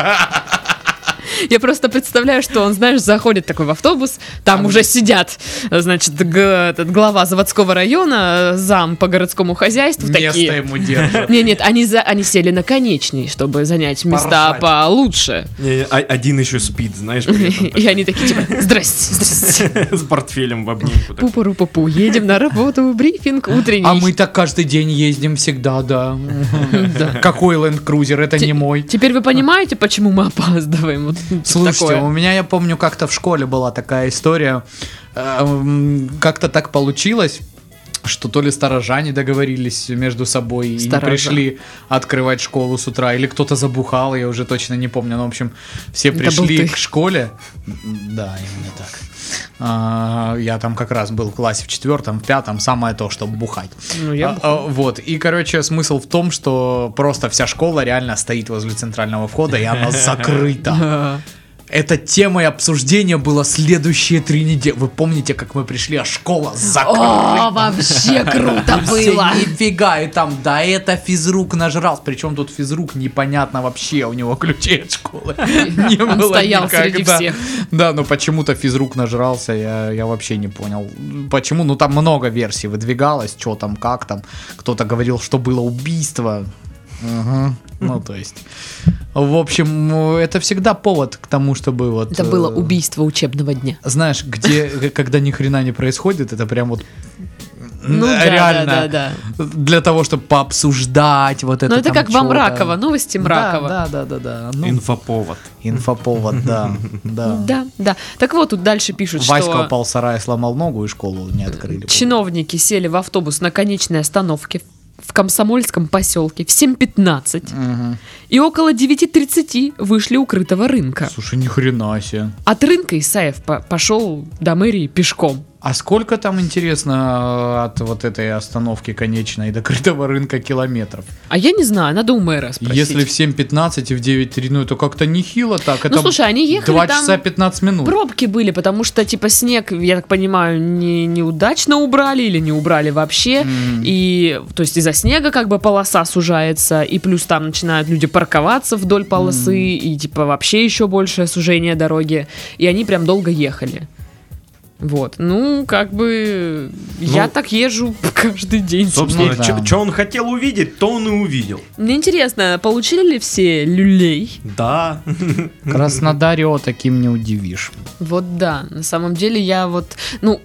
A: Я просто представляю, что он, знаешь, заходит такой в автобус, там уже сидят, значит, г- этот глава заводского района, э, зам по городскому хозяйству,
B: Место
A: [LAUGHS] такие.
B: ему держат.
A: Не, нет, они, за, они сели на конечный, чтобы занять места
B: Поржать.
A: получше.
C: Не, а- Один еще спит,
A: [LAUGHS]
C: знаешь, при этом,
A: И они такие, типа, здрасте, здрасте.
B: [LAUGHS]
C: так, [LAUGHS] с портфелем в обнимку. так.
A: пу пу пу едем на работу, брифинг утренний.
B: А мы так каждый день ездим
A: [LAUGHS]
B: всегда, да.
A: Да.
B: Какой Land Cruiser, это
A: Те-
B: не мой.
A: Теперь вы понимаете, почему мы опаздываем? Вот
B: Слушайте,
A: Типа такое.
B: у меня, я помню, как-то в школе была такая история. Эм, Как-то так получилось, что то ли сторожане договорились между собой и не
A: Сторожа.
B: пришли открывать школу с утра, или кто-то забухал, я уже точно не помню. Но, в общем, все
A: Это был
B: пришли
A: ты.
B: к школе. М, Да, именно так. А, Я там как раз был в классе в четвертом, в пятом, самое то, чтобы бухать.
A: Ну, я
B: А,
A: бы-
B: а, вот, и, короче, смысл в том, что просто вся школа реально стоит возле центрального входа,
A: [LAUGHS]
B: и она закрыта.
A: Да.
B: Это темой обсуждения было следующие три недели. Вы помните, как мы пришли, а школа закрыта.
A: О, [LAUGHS] вообще круто
B: Все,
A: было.
B: Нифига, и там, да это физрук нажрался. Причем тут физрук непонятно вообще, у него ключей от
A: [LAUGHS]
B: школы не
A: Он
B: было
A: стоял среди
B: никогда.
A: всех.
B: Да, но почему-то физрук нажрался, я, я вообще не понял. Почему? Ну там много версий выдвигалось, что там, как там. Кто-то говорил, что было убийство. Мгм. Ну, то есть. В общем, это всегда повод к тому, чтобы вот...
A: Это было
B: э,
A: убийство учебного дня.
B: знаешь, где, [LAUGHS] когда ни хрена не происходит, это прям вот
A: Ну да,
B: реально
A: да, да, да.
B: для того, чтобы пообсуждать вот это.
A: Но это
B: там
A: как ну, вам
B: чё-то.
A: Ракова, новости Мракова.
B: Да, да, да, да. да. Ну,
C: Инфоповод.
B: инфоповод, да, да.
A: Да, да. Так вот, тут дальше пишут,
B: Васька
A: что
B: упал с сарая, сломал ногу и школу не открыли.
A: чиновники сели в автобус на конечной остановке в комсомольском поселке в 7.15
B: Мгм.
A: и около 9.30 вышли укрытого рынка.
B: Слушай, ни хрена себе.
A: От рынка Исаев по- пошел до мэрии пешком.
B: А сколько там, интересно, от вот этой остановки конечной до крытого рынка километров?
A: А я не знаю, надо у мэра спросить.
B: Если в 7.15 и в 9.3, ну это как-то нехило так. Это
A: Ну, слушай, они ехали
B: 2
A: там
B: часа 15 минут.
A: Пробки были, потому что, типа, снег, я так понимаю, не, неудачно убрали или не убрали вообще. И, то есть, из-за снега как бы полоса сужается, и плюс там начинают люди парковаться вдоль полосы, и, типа, вообще еще большее сужение дороги. И они прям долго ехали. Вот, ну, как бы, я
B: Ну,
A: так езжу [LAUGHS] каждый день.
C: Собственно,
B: Ну да.
C: что он хотел увидеть, то он и увидел.
A: Мне интересно, получили ли все люлей?
C: Да.
B: Краснодарио таким не удивишь.
A: Вот да, на самом деле я вот, ну,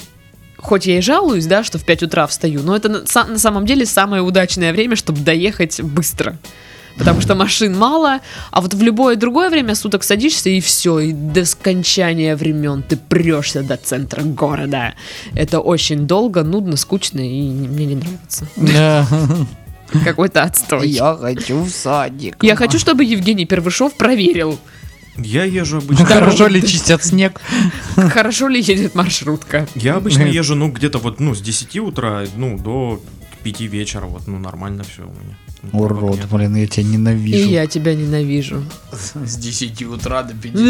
A: хоть я и жалуюсь, да, что в 5 утра встаю, но это на, са- на самом деле самое удачное время, чтобы доехать быстро. Потому что машин мало, а вот в любое другое время суток садишься и все, и до скончания времен ты прешься до центра города. Это очень долго, нудно, скучно и не- мне не нравится.
B: [LAUGHS]
A: Какой-то отстой. Я,
B: хочу в садик. [LAUGHS]
A: хочу, чтобы Евгений Первышов проверил,
C: Я
B: Ну,
C: езжу обычно.
B: Хорошо ли чистят снег?
A: хорошо ли едет маршрутка.
C: Я обычно езжу, ну, где-то вот, ну, с 10 утра, ну, до 5 вечера, вот, ну, нормально все у меня. Пробок
B: Урод,
C: нет.
B: блин, я тебя
A: И
B: ненавижу.
A: я тебя ненавижу.
B: С 10 утра до 5. [LAUGHS]
A: Я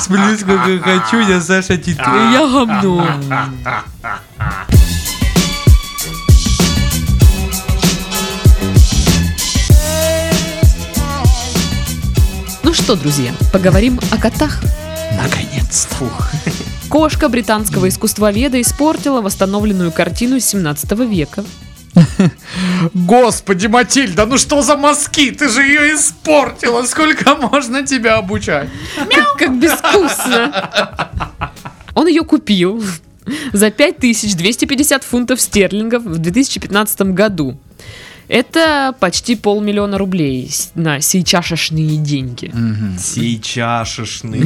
B: Сплю сколько хочу, я Саша Титов.
A: говно. Ну что, друзья, поговорим о котах.
B: Наконец-то.
A: Кошка британского искусствоведа испортила восстановленную картину 17 века.
B: Господи, Матильда, ну что за мазки? Ты же ее испортила. Сколько можно тебя обучать?
A: Как, как безвкусно. Он ее купил за 5250 фунтов стерлингов в 2015 году. Это почти полмиллиона рублей с- на сейчашешные деньги.
B: Мгм. [LAUGHS]
C: Сейчашешный.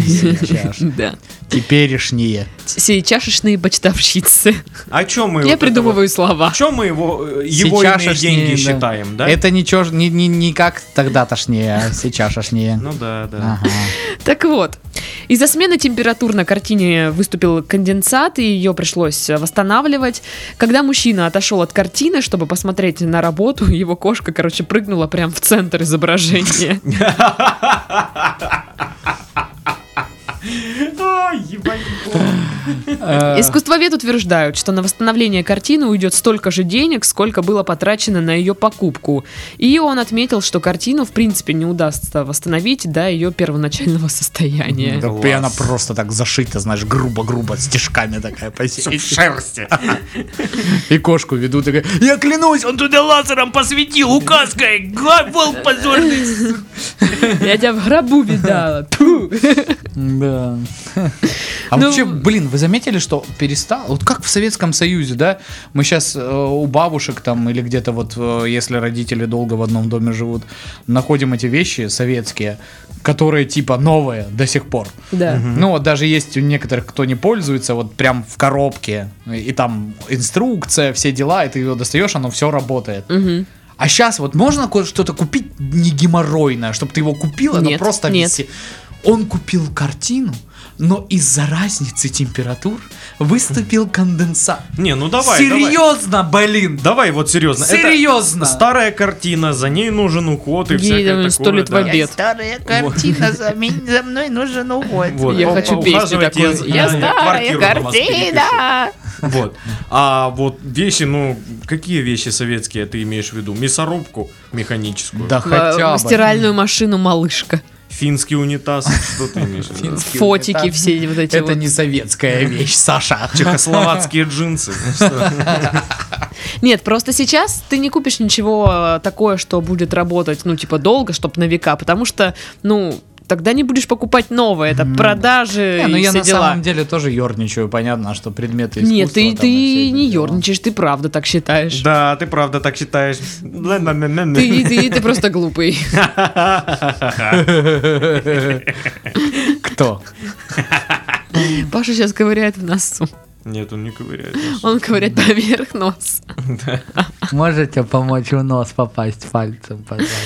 A: Да.
B: Теперешние.
A: Сейчашешные почтовщицы.
C: О чем А мы
A: Я
C: Ну вот это вот-
A: придумываю слова.
C: О чем мы его, э, его иные
B: Сейчашешние,
C: деньги
B: да.
C: считаем, да?
B: Это ничего, ж- не, не, не как тогдашние, а сейчашашние.
C: Ну да, да.
B: Ага.
A: Так вот, из-за смены температур на картине выступил конденсат, и ее пришлось э, восстанавливать. Когда мужчина отошел от картины, чтобы посмотреть на работу, [LAUGHS] его кошка, короче, прыгнула прям в центр изображения.
C: А,
B: [LAUGHS]
C: ебать,
B: Э,
A: Искусствовед утверждают, что на восстановление картины уйдет столько же денег, сколько было потрачено на ее покупку. И он отметил, что картину, в принципе, не удастся восстановить до ее первоначального состояния.
B: да
C: класс.
B: и она просто так зашита, знаешь, грубо-грубо, стежками такая
C: всё в
B: посередине.
C: шерсти.
B: [LAUGHS] И кошку веду, такая, я клянусь, он туда лазером посветил, указкой, гад, волк позорный.
A: Я тебя в гробу видала. Тьфу.
B: Да. А
A: Ну,
B: вообще, блин, вы заметили, что перестал? Вот как в Советском Союзе, да? Мы сейчас у бабушек там или где-то вот, э, если родители долго в одном доме живут, находим эти вещи советские, которые типа новые до сих пор.
A: Да.
B: Ну, вот даже есть у некоторых, кто не пользуется, вот прям в коробке, и там инструкция, все дела, и ты ее достаешь, оно все работает.
A: Мгм.
B: А сейчас вот можно кое- что-то купить не геморройное, чтобы ты его купил, оно
A: Нет,
B: просто
A: нет.
B: виси- Он купил картину, но из-за разницы температур выступил конденсат.
C: Не, ну давай, давай.
B: серьезно, блин!
C: Давай, вот серьезно. Это
B: серьезно!
C: старая картина, за ней нужен уход и
A: Ей,
C: всякое
A: наверное,
C: такое.
A: сто лет в
C: да.
A: обед. Нет.
D: Старая картина, за мен- за
A: [LAUGHS]
D: мной нужен уход.
C: Вот,
A: Я
C: по-
A: хочу
C: по-
A: песню
C: ухаживайте
A: такую. Я
C: за-
D: Старая
C: квартиру на вас перепишу.
D: картина.
C: [LAUGHS] Вот. А вот вещи, ну, какие вещи советские ты имеешь в виду? Мясорубку механическую?
B: Да хотя
A: Э,
B: бы.
A: Стиральную машину малышка.
C: Финский унитаз? Что ты имеешь в виду?
B: Финский
A: Фотики
B: унитаз.
A: все вот эти
B: Это
A: вот.
B: не советская вещь, Саша.
C: [LAUGHS] Чехословацкие джинсы. [LAUGHS] Что?
A: Нет, просто сейчас ты не купишь ничего э, такое, что будет работать, ну, типа, долго, чтоб на века, потому что, ну, тогда не будешь покупать новое, это продажи
B: Не, ну
A: и
B: я
A: все
B: на
A: дела.
B: самом деле тоже ерничаю, понятно, что предметы искусства.
A: Нет, ты,
B: там и все
A: ты
B: эти
A: не
B: дела.
A: ерничаешь, ты правда так считаешь.
C: Да, ты правда так считаешь. Ля-ля-ля-ля-ля.
A: Ты, ты, ты просто глупый. [LAUGHS]
B: [LAUGHS] Кто?
A: Паша сейчас ковыряет в носу.
C: Нет, он не ковыряет.
A: Он ковыряет поверх носа.
E: Можете помочь в нос попасть пальцем, пожалуйста?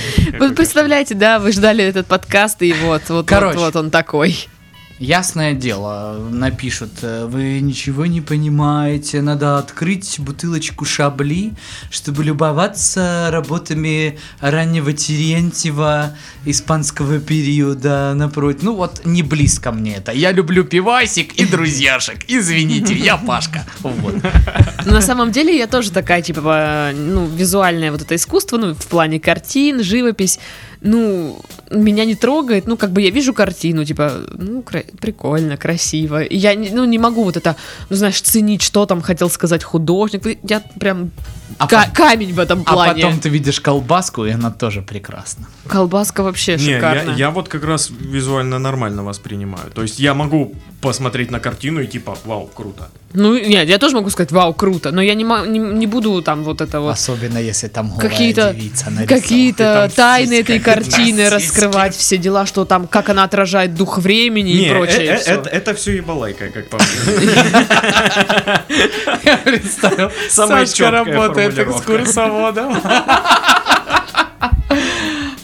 A: Вот представляете, да, вы ждали этот подкаст, и вот, вот, вот,
B: Короче.
A: вот он такой.
B: Ясное дело, напишут, э, вы ничего не понимаете, надо открыть бутылочку шабли, чтобы любоваться работами раннего Терентьева испанского периода напротив. Ну вот не близко мне это. Я люблю пивасик и друзьяшек. Извините, я Пашка. Вот.
A: Но на самом деле я тоже такая, типа, ну, визуальное вот это искусство, ну, в плане картин, живопись, ну, меня не трогает, ну, как бы я вижу картину, типа, ну, кра- прикольно, красиво. И я, не- ну, не могу вот это, ну, знаешь, ценить, что там хотел сказать художник. Я прям
B: А
A: ка- камень в этом
B: А
A: плане.
B: потом ты видишь колбаску, и она тоже прекрасна.
A: Колбаска вообще
C: Не, я,
A: шикарная.
C: я вот как раз визуально нормально воспринимаю. То есть я могу посмотреть на картину и типа, вау, круто.
A: Ну, нет, я тоже могу сказать, вау, круто, но я не, мо- не, не буду там вот это вот...
B: Особенно если там голая
A: какие-то
B: девица нарисована.
A: какие-то
B: И там
A: тайны
B: сиська
A: этой
B: видна,
A: картины
B: сиськи.
A: раскрывать все дела, что там как она отражает дух времени
C: Не,
A: и
C: э-
A: прочее.
C: э-
A: всё.
C: это, это все ебалайка, как по мне.
B: Я представил.
C: Самая
B: Сашка
C: чёткая
B: работает
C: формулировка.
B: экскурсоводом.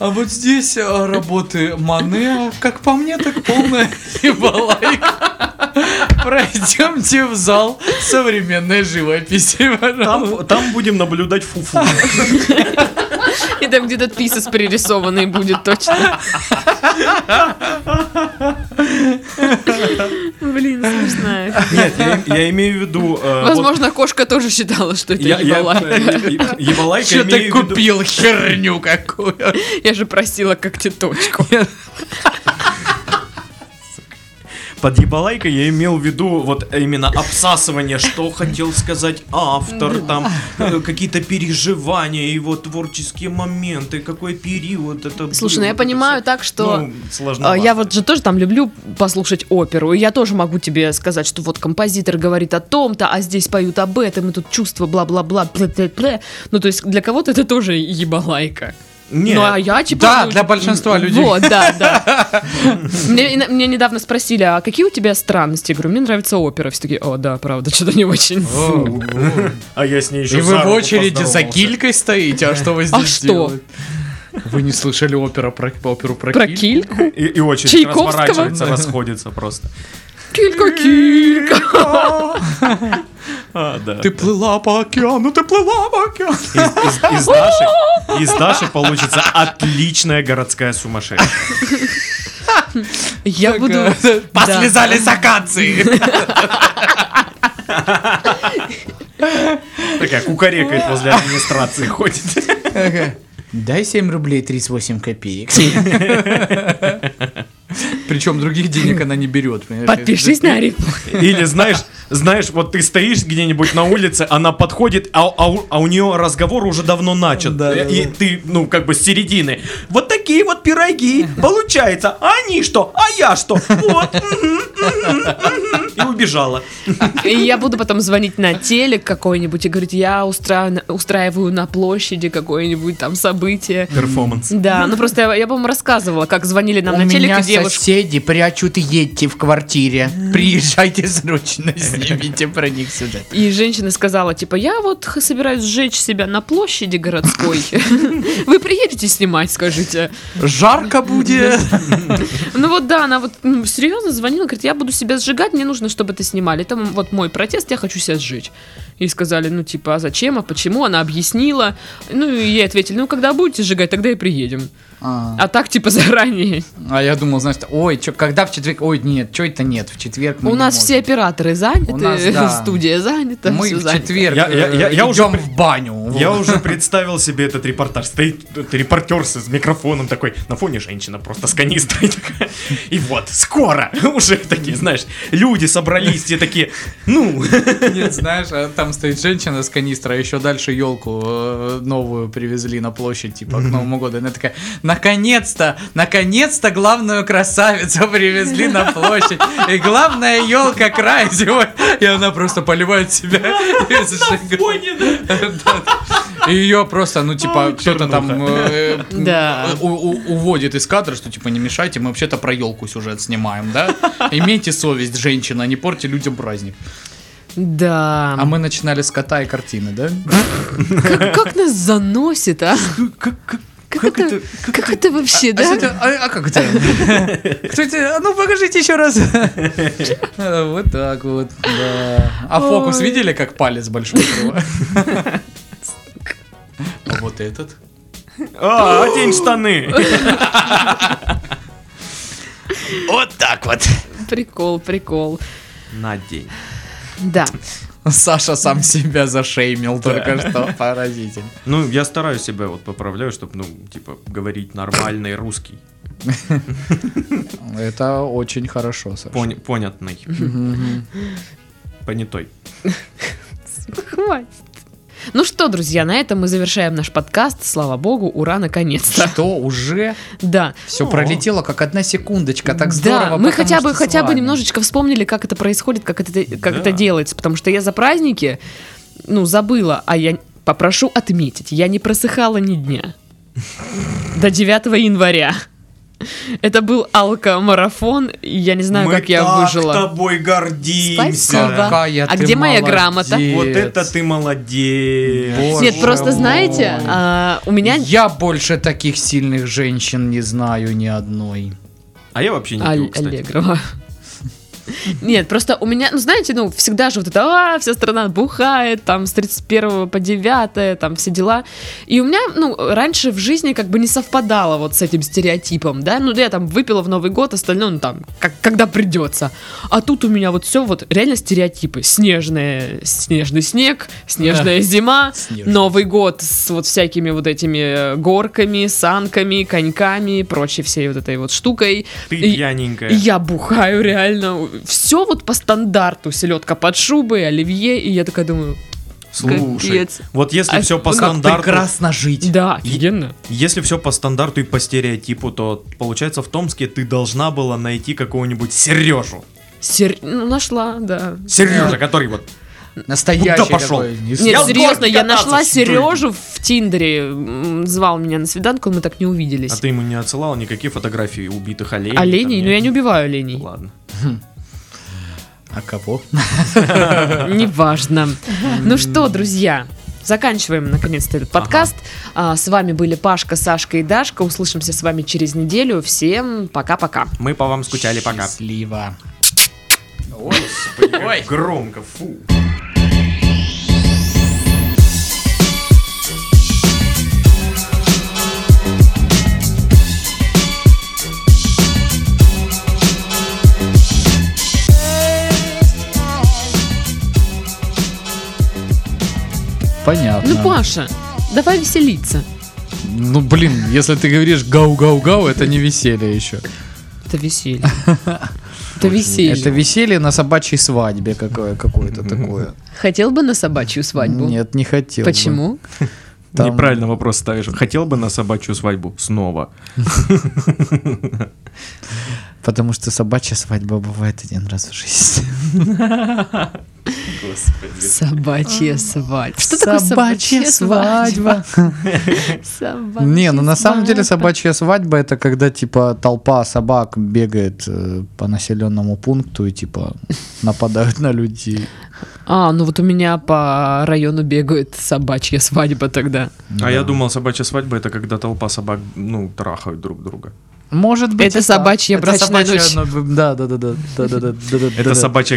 B: А вот здесь а, работы Мане, а, как по мне, так полная [LAUGHS] ебалайка. Пройдемте в зал современной живописи, пожалуйста.
C: Там, там будем наблюдать фуфу.
A: И там где-то писец пририсованный будет точно. Блин, смешная.
C: Нет, я, я имею в виду... э, вот
A: Возможно, кошка тоже считала, что это
C: я- я-
A: ебала.
C: э, э, Ебалайка
B: Че ты
C: имею в виду-
B: купил херню какую?
A: Я же просила как теточку.
C: Под ебалайка я имел в виду вот именно обсасывание, что хотел сказать автор, там э, какие-то переживания, его творческие моменты, какой период это
A: Слушай,
C: был,
A: ну я
C: вот это
A: понимаю
C: всё.
A: так, что...
C: Ну,
A: А,
C: сложновато.
A: Я вот же тоже там люблю послушать оперу, и я тоже могу тебе сказать, что вот композитор говорит о том-то, а здесь поют об этом, и тут чувство бла-бла-бла, пле-пле-пле. Ну, то есть для кого-то это тоже ебалайка.
C: Не,
A: Ну, а я типа...
B: Да,
A: ну,
B: для большинства людей.
A: Вот, да, да.
B: [LAUGHS]
A: Мне, мне недавно спросили, а какие у тебя странности? Я говорю, мне нравится опера. Все такие, о, да, правда, [LAUGHS] что-то не очень.
B: О,
C: а я с ней еще
B: И вы в очереди за гилькой стоите, а что вы здесь
A: А что?
B: делаете? Вы не слышали опера про, оперу про,
A: Про
B: киль?
A: кильку?
C: И, и очередь
A: Чайковского?
C: разворачивается, расходится просто.
A: Килька, килька.
C: А, да.
B: Ты плыла по океану, ты плыла по океану.
C: Из, из- из Даши, из Даши получится отличная городская сумасшедшая.
A: Я буду... Да.
B: Послезали с акации.
C: Такая кукарекает возле администрации ходит.
B: Дай 7 рублей 38 копеек. Причем других денег она не берет. понимаешь?
A: Подпишись на Ариф.
C: Или знаешь, знаешь, вот ты стоишь где-нибудь на улице, она подходит, а, а у- а у нее разговор уже давно начат.
B: Да, да,
C: и
B: да.
C: ты, ну, как бы с середины. Вот такие вот пироги. Получается, а они что? А я что? Вот. мгм, мгм, мгм». И убежала.
A: И я буду потом звонить на телек какой-нибудь и говорить, я устра- устраиваю на площади какое-нибудь там событие.
C: Перформанс.
A: Да, ну просто я, я, по-моему, рассказывала, как звонили нам
B: У
A: на телек
B: меня
A: и девушка.
B: соседи прячут едьте в квартире. Приезжайте срочно, снимите про них сюжет.
A: И женщина сказала, типа, я вот х- собираюсь сжечь себя на площади городской. Вы приедете снимать, скажите.
B: Жарко будет.
A: Ну вот да, она вот м, серьезно звонила, говорит, я буду себя сжигать, мне нужно, чтобы это снимали. Это м- вот мой протест, я хочу себя сжечь. И сказали, ну типа, а зачем, а почему? Она объяснила. Ну и ей ответили, ну когда будете сжигать, тогда и приедем.
B: А
A: А так, типа, заранее.
B: а я думал, знаешь, ой, чё, когда в четверг? Ой, нет, что это нет, в четверг мы
A: У
B: не
A: нас
B: можем.
A: все операторы заняты,
B: У нас, да.
A: студия занята,
B: мы
A: всё
B: в
A: занято.
B: четверг
C: Я- я- я- я уже
B: идем
C: при-
B: в баню.
C: Я уже представил себе этот репортаж. Стоит этот репортер с микрофоном такой, на фоне женщина просто с канистрой такая. И вот, скоро! [LAUGHS] Уже такие, знаешь, люди собрались, все такие, ну,
B: Нет, знаешь, а там стоит женщина с канистрой, еще дальше елку новую привезли на площадь, типа, к Новому году. И Она такая, наконец-то, наконец-то главную красавицу привезли на площадь. И главная елка Крайзева. И она просто поливает себя. [LAUGHS] И ее просто, ну, типа,
C: Ой,
B: кто-то там э,
A: Да.
B: у- у- уводит из кадра, что, типа, не мешайте, мы вообще-то про елку сюжет снимаем, да? Имейте совесть, женщина, не порти людям праздник.
A: Да.
B: А мы начинали с кота и картины, да?
A: Как, как нас заносит, а? Как, это, как, это вообще,
B: А,
A: да?
B: что это- а- а как
A: [LAUGHS]
B: это? Кто это? А ну покажите еще раз. [LAUGHS] А, Вот так вот. да. А фокус
A: Ой.
B: видели, как палец большой был?
A: [LAUGHS]
B: А вот этот.
C: а, одень
A: [LAUGHS]
C: штаны.
B: Вот так вот.
A: Прикол, прикол.
C: На день.
A: Да. [LAUGHS]
B: Саша сам себя зашеймил только что. Поразитель.
C: Ну, я стараюсь себя вот поправляю, чтобы, ну, типа, говорить нормальный русский.
B: Это очень хорошо, Саша.
C: Пон- понятный. Понятой.
A: Хватит. Ну что, друзья, на этом мы завершаем наш подкаст. Слава богу, ура, наконец-то.
B: Что уже
A: Да.
B: все
C: О.
B: пролетело, как одна секундочка, так
A: Ну. Да,
B: здорово.
A: мы
B: потому
A: хотя бы
B: что с
A: хотя бы
B: вами.
A: немножечко вспомнили, как это происходит, как это как
C: Да.
A: это делается, потому что я за праздники, ну забыла, а я попрошу отметить, я не просыхала ни
B: [LAUGHS]
A: дня до 9 января. Это был алкомарафон, и я не знаю, как я выжила.
C: тобой гордимся.
A: Спасибо.
B: Какая
A: А
B: ты
A: где моя грамота?
B: молодец.
C: Вот это ты молодец.
B: Боже
A: Нет, просто знаете,
B: мой.
A: а, у меня
B: Я больше таких сильных женщин не знаю ни одной.
C: А я вообще не
A: Аль-
C: пью, кстати.
A: Аллегрова. [LAUGHS] Нет, просто у меня, ну знаете, ну всегда же вот это, а, вся страна бухает, там с 31 по 9, там все дела. И у меня, ну, раньше в жизни как бы не совпадало вот с этим стереотипом, да, ну я там выпила в Новый год, остальное, ну там, как, когда придется. А тут у меня вот все вот реально стереотипы. Снежные, снежный снег, снежная зима,
B: Снежный.
A: Новый год с вот всякими вот этими э, горками, санками, коньками и прочей всей вот этой вот штукой.
C: Ты
A: И-
C: пьяненькая.
A: и Я бухаю реально. Все вот по стандарту. Селедка под шубой, оливье. И я такая думаю,
C: Слушай,
A: Капец.
C: вот если
A: А
C: все по
A: как
C: стандарту,
B: Прекрасно жить.
A: да, офигенно.
C: если все по стандарту и по стереотипу, то получается в Томске ты должна была найти какого-нибудь Сережу.
A: Сер- Ну, нашла, да.
C: Сережа, который вот
B: Настоящий
C: Куда пошел?
B: такой. не
A: Нет,
C: Я в
B: с-
A: серьезно,
C: городе
A: я
C: кататься,
A: нашла
C: что ли?
A: Сережу в Тиндере. М, Звал меня на свиданку, мы так не увиделись.
C: А ты ему не отсылал никакие фотографии убитых оленей?
A: Оленей?
C: там,
A: Ну я не
C: нет?
A: убиваю оленей.
C: Ладно.
B: А кого?
A: [LAUGHS]
C: [LAUGHS]
A: Неважно. Ну что, друзья, заканчиваем наконец-то этот подкаст. А, С вами были Пашка, Сашка и Дашка. Услышимся с вами через неделю. Всем пока-пока.
C: Мы по вам скучали, пока.
B: Счастливо.
A: Ну,
C: Ой, громко, фу.
B: Понятно.
A: Ну, Паша, давай веселиться.
B: Ну, блин, если ты говоришь гау-гау-гау, это не веселье еще.
A: Это
B: [LAUGHS]
A: веселье. Это
B: Это
A: веселье.
B: веселье на собачьей свадьбе какое- какое-то такое.
A: Хотел бы на собачью свадьбу?
B: Нет, не хотел. бы.
A: Почему?
B: Там-
C: Неправильно вопрос ставишь. Хотел бы на собачью свадьбу снова.
B: Потому что собачья свадьба бывает один раз в жизни.
A: Собачья свадьба. Что такое
B: Собачья свадьба.
A: [LAUGHS] Собачья
B: Не, ну на самом деле
A: свадьба.
B: собачья свадьба это когда типа толпа собак бегает э, по населенному пункту и типа нападают на людей.
A: А, ну вот у меня по району бегает собачья свадьба тогда.
B: Ну
C: А я думал, собачья свадьба это когда толпа собак, ну, трахают друг друга.
B: Может быть.
A: Это
B: и так.
A: собачья
B: Это
A: брачная
B: собачья, ну, Да, да, да, да, да, да, да, да, да,
C: Это
B: да.
C: собачья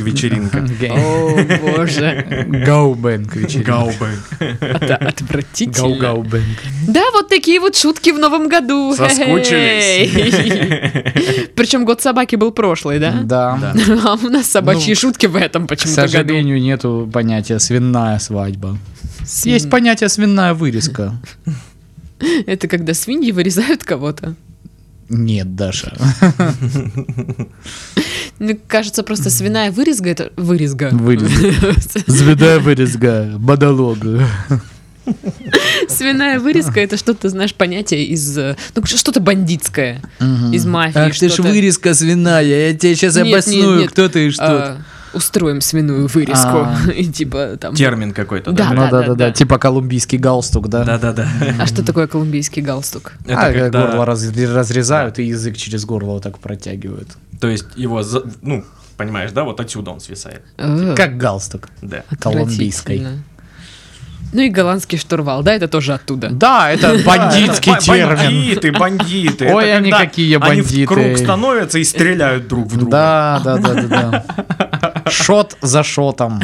B: [LAUGHS]
C: вечеринка.
B: Э.
A: О, боже.
B: Гаубэнг вечеринка.
C: Гаубэнг.
A: Это отвратительно.
B: Гау-гаубэнг.
A: Да, вот такие вот шутки в новом году.
B: [LAUGHS]
C: Соскучились.
A: Хе-хей. Причем год собаки был прошлый, да?
B: Да.
A: А у нас собачьи
B: Ну,
A: шутки в этом
B: К
A: почему-то году.
B: сожалению, нету понятия свинная свадьба.
A: Свин-
B: Есть понятие свинная вырезка.
A: Это когда свиньи вырезают кого-то.
B: Нет, Даша.
A: Ну, кажется, просто свиная вырезка это вырезка.
B: Вырезка. Звездная вырезка, бодолог.
A: [LAUGHS] Свиная вырезка это что-то, знаешь, понятие из. э, Ну, что-то бандитское, из мафии.
E: Ах ты ж
A: что-то.
E: вырезка свиная, я тебе сейчас
A: Нет, нет,
E: обосную,
A: нет.
E: кто ты и что ты.
A: А, Устроим свиную вырезку.
B: А.
A: [LAUGHS] И типа там.
C: Термин какой-то,
A: Да.
C: да?
B: Ну да, да, да, типа колумбийский галстук, да?
C: Да-да-да.
B: [LAUGHS]
A: А что такое колумбийский галстук?
B: А,
C: Это
B: как горло
C: когда,
B: раз- разрезают и язык через горло вот так протягивают.
C: то есть его, за- ну, понимаешь, да, вот отсюда он свисает.
A: Э,
B: Как галстук.
C: Да.
B: колумбийской.
A: отвратительно. Ну и голландский штурвал, да, это тоже оттуда.
B: [LAUGHS] Да, это бандитский
C: Ба-
B: термин. [LAUGHS]
C: Бандиты, бандиты.
B: Ой,
C: Это
B: они
C: когда
B: какие
C: Они в круг
B: бандиты.
C: становятся и стреляют друг в друга.
B: Да,
C: [LAUGHS]
B: да, да, да, да. Шот за шотом.